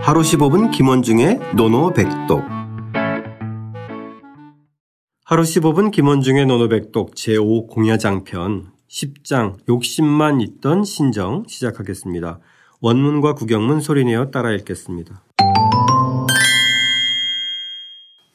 하루 15분 김원중의 노노백독 하루 15분 김원중의 노노백독 제5공야장편 10장 욕심만 있던 신정 시작하겠습니다. 원문과 구경문 소리내어 따라 읽겠습니다.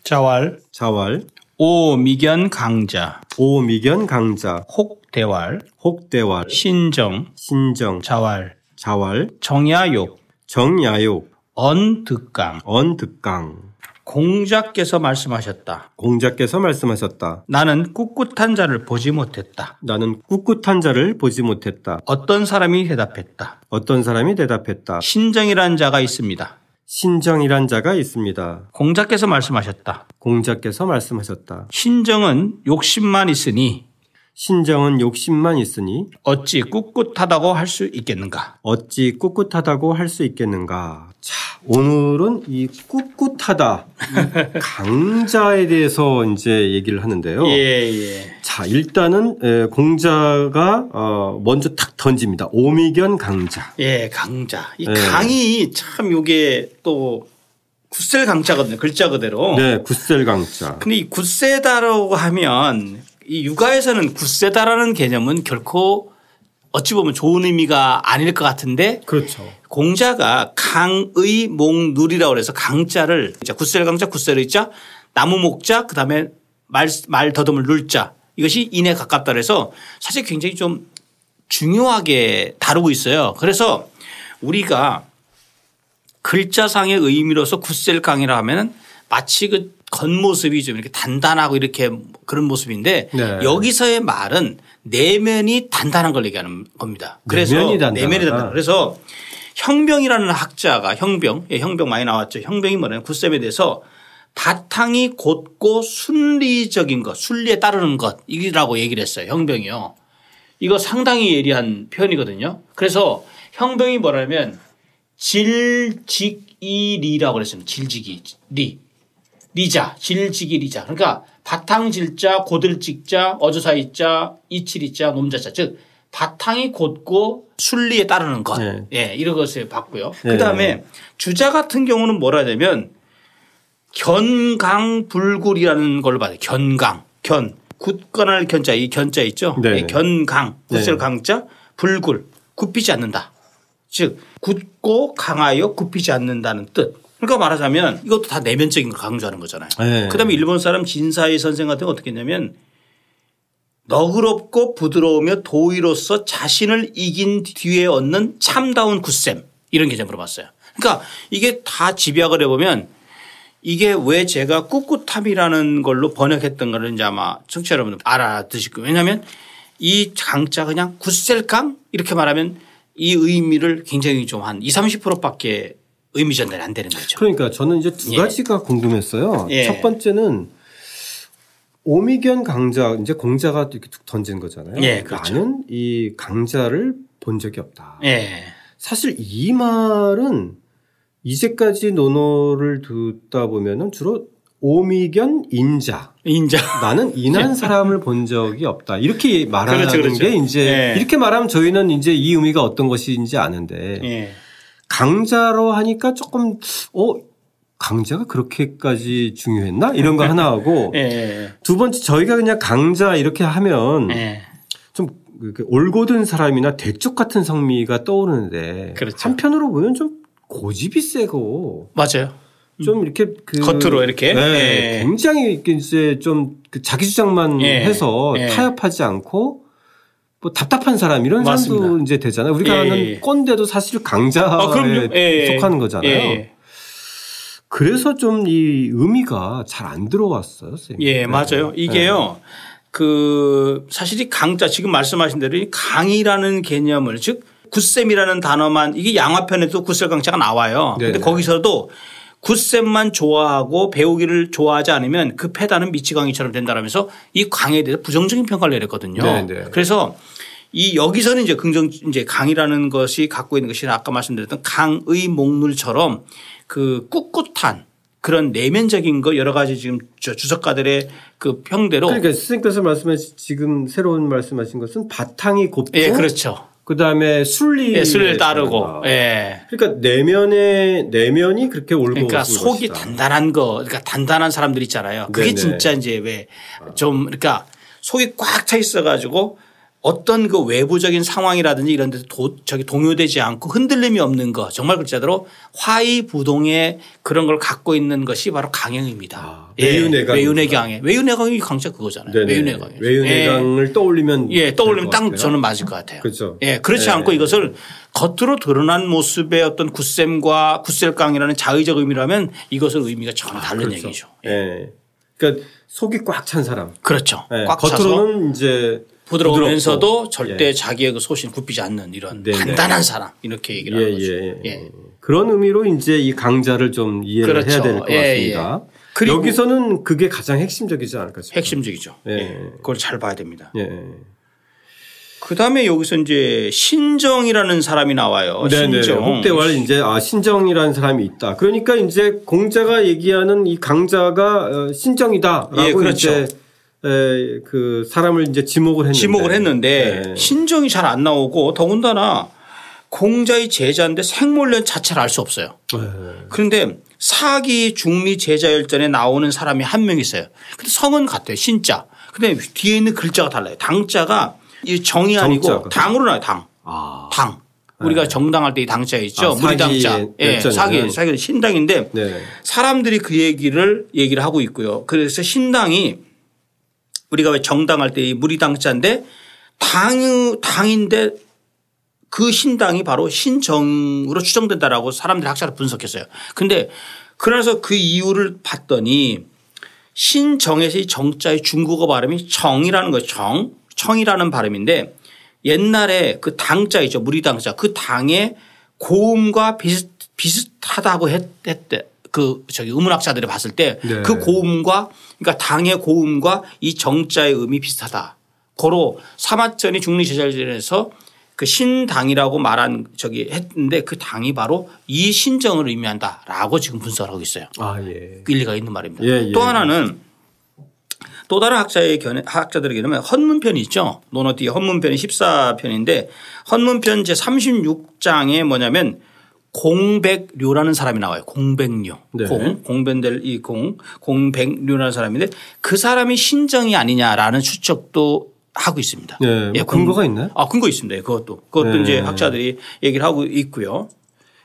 자왈, 자왈, 오미견 강자, 오미견 강자, 혹대왈, 혹대왈, 신정, 신정, 자왈, 자왈, 정야욕, 정야욕, 언득강. 언득강. 공자께서 말씀하셨다. 공자께서 말씀하셨다. 나는 꿋꿋한 자를 보지 못했다. 나는 꿋꿋한 자를 보지 못했다. 어떤 사람이 대답했다. 어떤 사람이 대답했다. 신정이란 자가 있습니다. 신정이란 자가 있습니다. 공자께서 말씀하셨다. 공자께서 말씀하셨다. 신정은 욕심만 있으니 신정은 욕심만 있으니 어찌 꿋꿋하다고 할 수 있겠는가? 어찌 꿋꿋하다고 할 수 있겠는가. 자, 오늘은 이 꿋꿋하다 이 강자에 대해서 이제 얘기를 하는데요. 예. 자, 일단은 에, 공자가 어, 먼저 탁 던집니다. 오미견 강자. 예, 강자. 이 예. 강이 참 요게 또 굿셀 강자거든요. 글자 그대로. 네, 굿셀 강자. 근데 이 굿세다라고 하면 이 육아에서는 굿세다라는 개념은 결코 어찌 보면 좋은 의미가 아닐 것 같은데 그렇죠. 공자가 강의 목 누리라고 해서 강자를 이제 굿셀 강자 굿셀의 자 나무 목자 그다음에 말, 말 더듬을 눌자 이것이 인에 가깝다 그래서 사실 굉장히 좀 중요하게 다루고 있어요. 그래서 우리가 글자상의 의미로서 굿셀 강이라 하면은 마치 그 겉모습이 좀 이렇게 단단하고 이렇게 그런 모습인데 네. 여기서의 말은 내면이 단단한 걸 얘기하는 겁니다. 그래서 내면이 단단하다. 아. 내면이 단단하다. 그래서 형병이라는 학자가 형병, 예, 형병 많이 나왔죠. 형병이 뭐냐면 굿셈에 대해서 바탕이 곧고 순리적인 것, 순리에 따르는 것이라고 얘기를 했어요. 형병이요. 이거 상당히 예리한 표현이거든요. 그래서 형병이 뭐라면 질직이리라고 그랬습니다. 질직이리. 리자, 질직이리자. 그러니까 바탕질자, 고들직자, 어조사이자, 이칠이자, 놈자자. 즉 바탕이 곧고 순리에 따르는 것. 네. 예, 이런 것을 봤고요. 네. 그다음에 주자 같은 경우는 뭐라 하냐면 견강불굴이라는 걸로 봐요. 견강, 견, 굳건할 견자, 이 견자 있죠. 네. 이 견강, 굳을 네. 강자, 불굴, 굽히지 않는다. 즉 굳고 강하여 굽히지 않는다는 뜻. 그러니까 말하자면 이것도 다 내면적인 걸 강조하는 거잖아요. 네. 그다음에 일본 사람 진사의 선생 같은 건 어떻게 했냐면 너그럽고 부드러우며 도의로서 자신을 이긴 뒤에 얻는 참다운 굳셈 이런 개념으로 봤어요. 그러니까 이게 다 집약을 해보면 이게 왜 제가 꿋꿋함이라는 걸로 번역했던 거를 이제 아마 청취자 여러분들 알아두실 거예요. 왜냐하면 이 강자 그냥 굿셀강 이렇게 말하면 이 의미를 굉장히 좀 한 20, 30%밖에 의미 전달이 안 되는 거죠. 그러니까 저는 이제 두 그렇죠. 예. 가지가 궁금했어요. 예. 첫 번째는 오미견 강자 이제 공자가 이렇게 툭 던진 거잖아요. 그러니까 예, 그렇죠. 나는 이 강자를 본 적이 없다. 예. 사실 이 말은 이제까지 논어를 듣다 보면은 주로 오미견 인자 인자. 나는 인한 사람을 본 적이 없다 이렇게 말하는 그렇죠, 그렇죠. 게 이제 예. 이렇게 말하면 저희는 이제 이 의미가 어떤 것인지 아는데 예. 강자로 하니까 조금 어 강자가 그렇게까지 중요했나 이런 거 하나 하고 예. 예. 두 번째 저희가 그냥 강자 이렇게 하면 예. 좀 이렇게 올곧은 사람이나 대쪽 같은 성미가 떠오르는데 그렇죠. 한편으로 보면 좀 고집이 세고 맞아요. 좀 이렇게 그 음. 겉으로 이렇게? 네, 예. 굉장히 이렇게 이제 좀그 자기 주장만 예. 해서 예. 타협하지 않고 뭐 답답한 사람 이런 사람도 맞습니다. 이제 되잖아요. 우리가 예, 아는 예. 아, 꼰대도 사실 강자에 어, 속하는 거잖아요. 예. 그래서 좀 이 의미가 잘 안 들어왔어요, 선생님. 네. 예, 맞아요. 이게요. 그 사실 이 강자 지금 말씀하신 대로 이 강이라는 개념을 즉 굿셈이라는 단어만 이게 양화편에도 굿셈 강자가 나와요. 네네. 근데 거기서도 굿셈만 좋아하고 배우기를 좋아하지 않으면 그 패다는 미치광이처럼 된다라면서 이 강에 대해서 부정적인 평가를 내렸거든요. 네네. 그래서 이 여기서는 이제 긍정 이제 강이라는 것이 갖고 있는 것이 아까 말씀드렸던 강의 목물처럼 그 꿋꿋한 그런 내면적인 거 여러 가지 지금 저 주석가들의 그 평대로 그렇죠. 그러니까 선생님께서 말씀하신 지금 새로운 말씀하신 것은 바탕이 곱고 예 그렇죠 그다음에 순리 예, 순리를 따르고. 예. 그러니까 내면에 내면이 그렇게 올고 그러니까 오는 속이 것이다. 단단한 거, 그러니까 단단한 사람들 있잖아요. 그게 네네. 진짜 이제 왜 좀 그러니까 속이 꽉 차 있어 가지고 어떤 그 외부적인 상황이라든지 이런 데서 도, 저기 동요되지 않고 흔들림이 없는 거 정말 글자대로 화이부동의 그런 걸 갖고 있는 것이 바로 강행입니다. 예, 아, 외유내강입니다. 외유내 강행. 외유내 강행이 강자 그거잖아요. 네네. 외유내 강행. 외유내강을 떠올리면 예, 떠올리면 될것 딱 같아요. 저는 맞을 것 같아요. 그렇죠. 예, 그렇지 예. 않고 이것을 겉으로 드러난 모습의 어떤 굿셈과 굿셀강이라는 자의적 의미라면 이것은 의미가 전혀 다른 그렇죠. 얘기죠. 예. 그러니까 속이 꽉 찬 사람. 그렇죠. 예. 꽉 차서 겉으로는 이제 부드러우면서도 절대 예. 자기의 그 소신 굽히지 않는 이런 네네. 단단한 사람 이렇게 얘기를 하는 거죠. 예, 예, 예. 그런 의미로 이제 이 강자를 좀 이해를 그렇죠. 해야 될 것 예, 같습니다. 그리고- 여기서는 그게 가장 핵심적이지 않을까 싶어요. 핵심적이죠. 예. 예. 그걸 잘 봐야 됩니다. 예. 그다음에 여기서 이제 신정이라는 사람이 나와요. 네네. 어, 신정. 혹대월 이제 아 신정이라는 사람이 있다. 그러니까 이제 공자가 얘기하는 이 강자가 어, 신정이다라고 예, 그렇죠. 이제 에, 그 사람을 이제 지목을 했는데 지목을 했는데 예. 신정이 잘 안 나오고 더군다나 공자의 제자인데 생몰련 자체를 알 수 없어요. 예. 그런데 사기 중미 제자열전에 나오는 사람이 한 명 있어요. 근데 성은 같아요. 신자. 근데 뒤에 있는 글자가 달라요. 당자가 이 정이 아니고 정자가. 당으로 나요. 당. 아. 당. 우리가 정당할 때 이 당자 있죠. 아, 무리당자. 사기 예, 열전에는. 사기, 사기 신당인데 네. 사람들이 그 얘기를 얘기를 하고 있고요. 그래서 신당이 우리가 왜 정당할 때 이 무리당자인데 당 당인데 그 신당이 바로 신정으로 추정된다라고 사람들이 학자를 분석했어요. 근데 그래서 그 이유를 봤더니 신정에서 이 정자의 중국어 발음이 정이라는 거예요. 정. 청이라는 발음인데 옛날에 그 당자 있죠. 무리당자. 그 당의 고음과 비슷, 비슷하다고 했, 했대. 그 저기 음문학자들이 봤을 때 그 네. 고음과 그러니까 당의 고음과 이 정자의 음이 비슷하다. 고로 사마전이 중리제자전에서 그 신당이라고 말한 저기 했는데 그 당이 바로 이 신정을 의미한다라고 지금 분석하고 을 있어요. 아 예. 일리가 있는 말입니다. 예, 예. 또 하나는 또 다른 학자의 견해, 학자들의 견해면 헌문편이 있죠. 노노띠의 헌문편이 14편인데 헌문편 제 36장에 뭐냐면 공백료라는 사람이 나와요. 공백료. 네. 공, 공변될 이 공, 공백료라는 사람인데 그 사람이 신정이 아니냐라는 추측도 하고 있습니다. 네, 뭐 공- 근거가 있나요? 아, 근거 있습니다. 예, 그것도. 그것도 네. 이제 학자들이 얘기를 하고 있고요.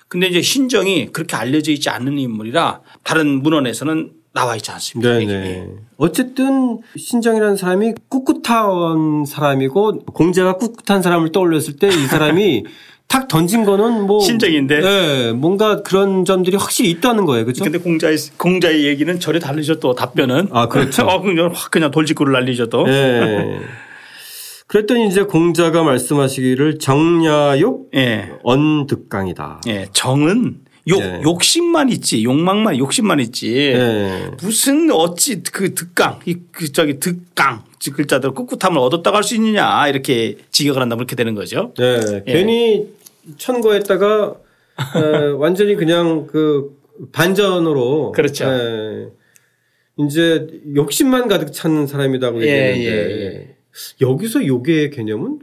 근데 이제 신정이 그렇게 알려져 있지 않는 인물이라 다른 문헌에서는 나와 있지 않습니다. 이게. 네네. 어쨌든 신정이라는 사람이 꿋꿋한 사람이고 공자가 꿋꿋한 사람을 떠올렸을 때 이 사람이 탁 던진 거는 뭐 신정인데? 네, 뭔가 그런 점들이 확실히 있다는 거예요, 그렇죠? 근데 공자의 공자의 얘기는 저래 달리죠 또 답변은 아, 그렇죠. 어, 그냥 확 그냥 돌직구를 날리죠 또. 네. 그랬더니 이제 공자가 말씀하시기를 정야욕 예. 언득강이다. 예. 정은 욕 네. 욕심만 있지 욕망만 욕심만 있지. 네. 무슨 어찌 그 득강 이그 저기 득강 즉 글자대로 꿋꿋함을 얻었다고 할 수 있느냐 이렇게 직역을 한다면 그렇게 되는 거죠. 네. 예. 괜히 천거했다가 에, 완전히 그냥 그 반전으로 그렇죠. 예. 이제 욕심만 가득 찬 사람이라고 예, 얘기했는데 예, 예. 여기서 욕의 개념은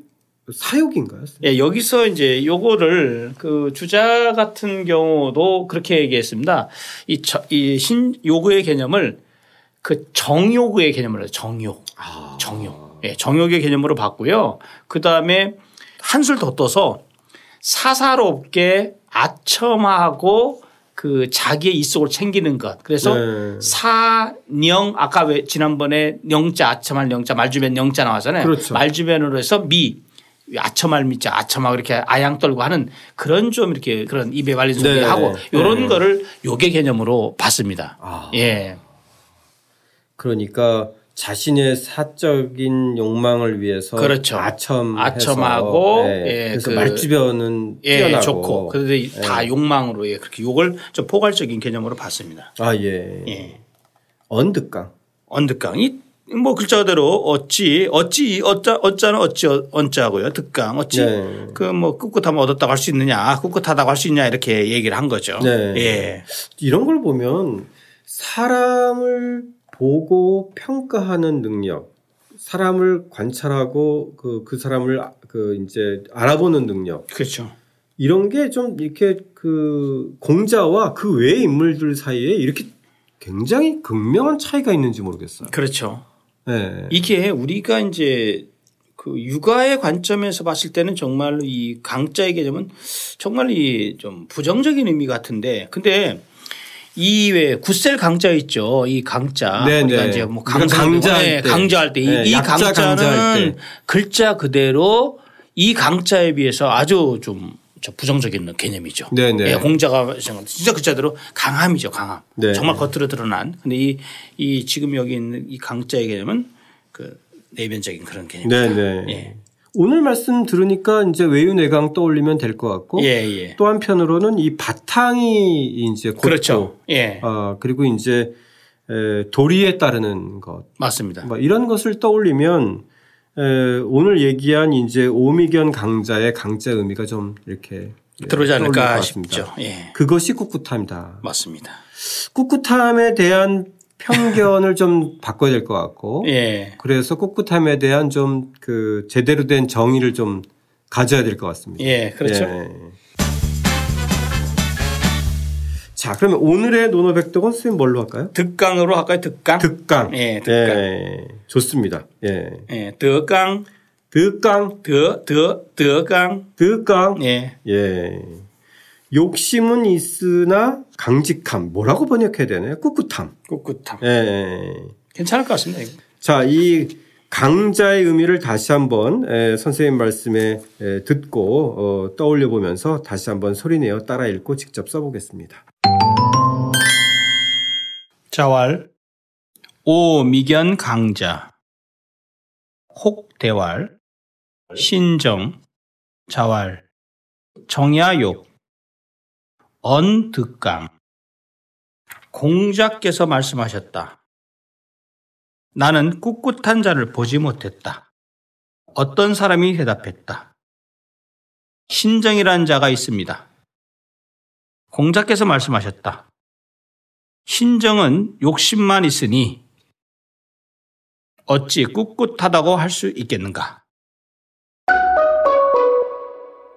사욕인가요? 예, 여기서 이제 요거를 그 주자 같은 경우도 그렇게 얘기했습니다. 이, 저- 이 신, 요구의 개념을 그 정요구의 개념으로 해요. 정요. 아. 정요. 예, 정요의 개념으로 봤고요. 그 다음에 한술 더 떠서 사사롭게 아첨하고 그 자기의 이속을 챙기는 것. 그래서 네. 사령 아까 왜 지난번에 영자 아첨할 영자 말주변 영자 나왔잖아요. 그렇죠. 말주변으로 해서 미 아첨할 미자 아첨하고 이렇게 아양 떨고 하는 그런 좀 이렇게 그런 입에 말린 소리 네. 하고 이런 네. 거를 요게 개념으로 봤습니다. 아. 예. 그러니까 자신의 사적인 욕망을 위해서 그렇죠. 아첨해서 아첨하고, 예, 그래서 그- 말주변은 예, 뛰어나고 네. 좋고. 그런데 다 욕망으로 예, 그렇게 욕을 좀 포괄적인 개념으로 봤습니다. 아 예. 예. 언득강. 언득강이 뭐 글자 그대로 어찌 어찌 어짜 어짜는 어찌 언짜고요. 득강 어찌 네. 그 뭐 꿋꿋하면 얻었다고 할 수 있느냐 꿋꿋하다고 할 수 있냐 이렇게 얘기를 한 거죠. 네. 예. 이런 걸 보면 사람을 보고 평가하는 능력, 사람을 관찰하고 그, 그 사람을 아- 그 이제 알아보는 능력 그렇죠. 이런 게 좀 이렇게 그 공자와 그 외의 인물들 사이에 이렇게 굉장히 극명한 차이가 있는지 모르겠어요. 그렇죠. 네. 이게 우리가 이제 그 육아의 관점에서 봤을 때는 정말로 이 강자의 개념은 정말 이 좀 부정적인 의미 같은데 근데 이외 굿셀 강자 있죠. 이 강자. 네, 우리가 네. 이제 뭐 이건 강자 강자할 때. 강자할 때. 이- 네, 이 약자 강자는 강자할 때. 글자 그대로 이 강자에 비해서 아주 좀저 부정적인 개념이죠. 네, 네. 예, 공자가 생각한 진짜 글자대로 강함이죠. 강함. 네. 정말 겉으로 드러난. 근데 이, 이 지금 여기 있는 이 강자의 개념은 그 내면적인 그런 개념. 네, 네. 예. 오늘 말씀 들으니까 이제 외유내강 떠올리면 될 것 같고 예, 예. 또 한편으로는 이 바탕이 이제 곧고 그렇죠. 예. 아, 그리고 이제 에, 도리에 따르는 것 맞습니다. 뭐 이런 것을 떠올리면 에, 오늘 얘기한 이제 오미견 강자의 강자 의미가 좀 이렇게 예, 들어오지 떠올릴 것 않을까 같습니다. 싶죠. 예. 그것이 꿋꿋함이다. 맞습니다. 꿋꿋함에 대한 편견을 좀 바꿔야 될 것 같고 예. 그래서 꿋꿋함에 대한 좀 그 제대로 된 정의를 좀 가져야 될 것 같습니다. 예, 그렇죠. 예. 자, 그러면 오늘의 노노백독은 선생님 뭘로 할까요? 득강으로 할까요? 득강? 그 득강. 예, 득강. 예, 좋습니다. 예. 그 예. 득강, 득강, 그 득, 득, 득강. 득강. 예. 예. 욕심은 있으나 강직함. 뭐라고 번역해야 되나요? 꿋꿋함. 꿋꿋함. 예. 괜찮을 것 같습니다. 이거. 자, 이 강자의 의미를 다시 한번 에, 선생님 말씀에 에, 듣고 어, 떠올려 보면서 다시 한번 소리내어 따라 읽고 직접 써보겠습니다. 자왈 오미견 강자 혹대왈 신정 자왈 정야욕 언득강 공자께서 말씀하셨다. 나는 꿋꿋한 자를 보지 못했다. 어떤 사람이 대답했다. 신정이란 자가 있습니다. 공자께서 말씀하셨다. 신정은 욕심만 있으니 어찌 꿋꿋하다고 할 수 있겠는가?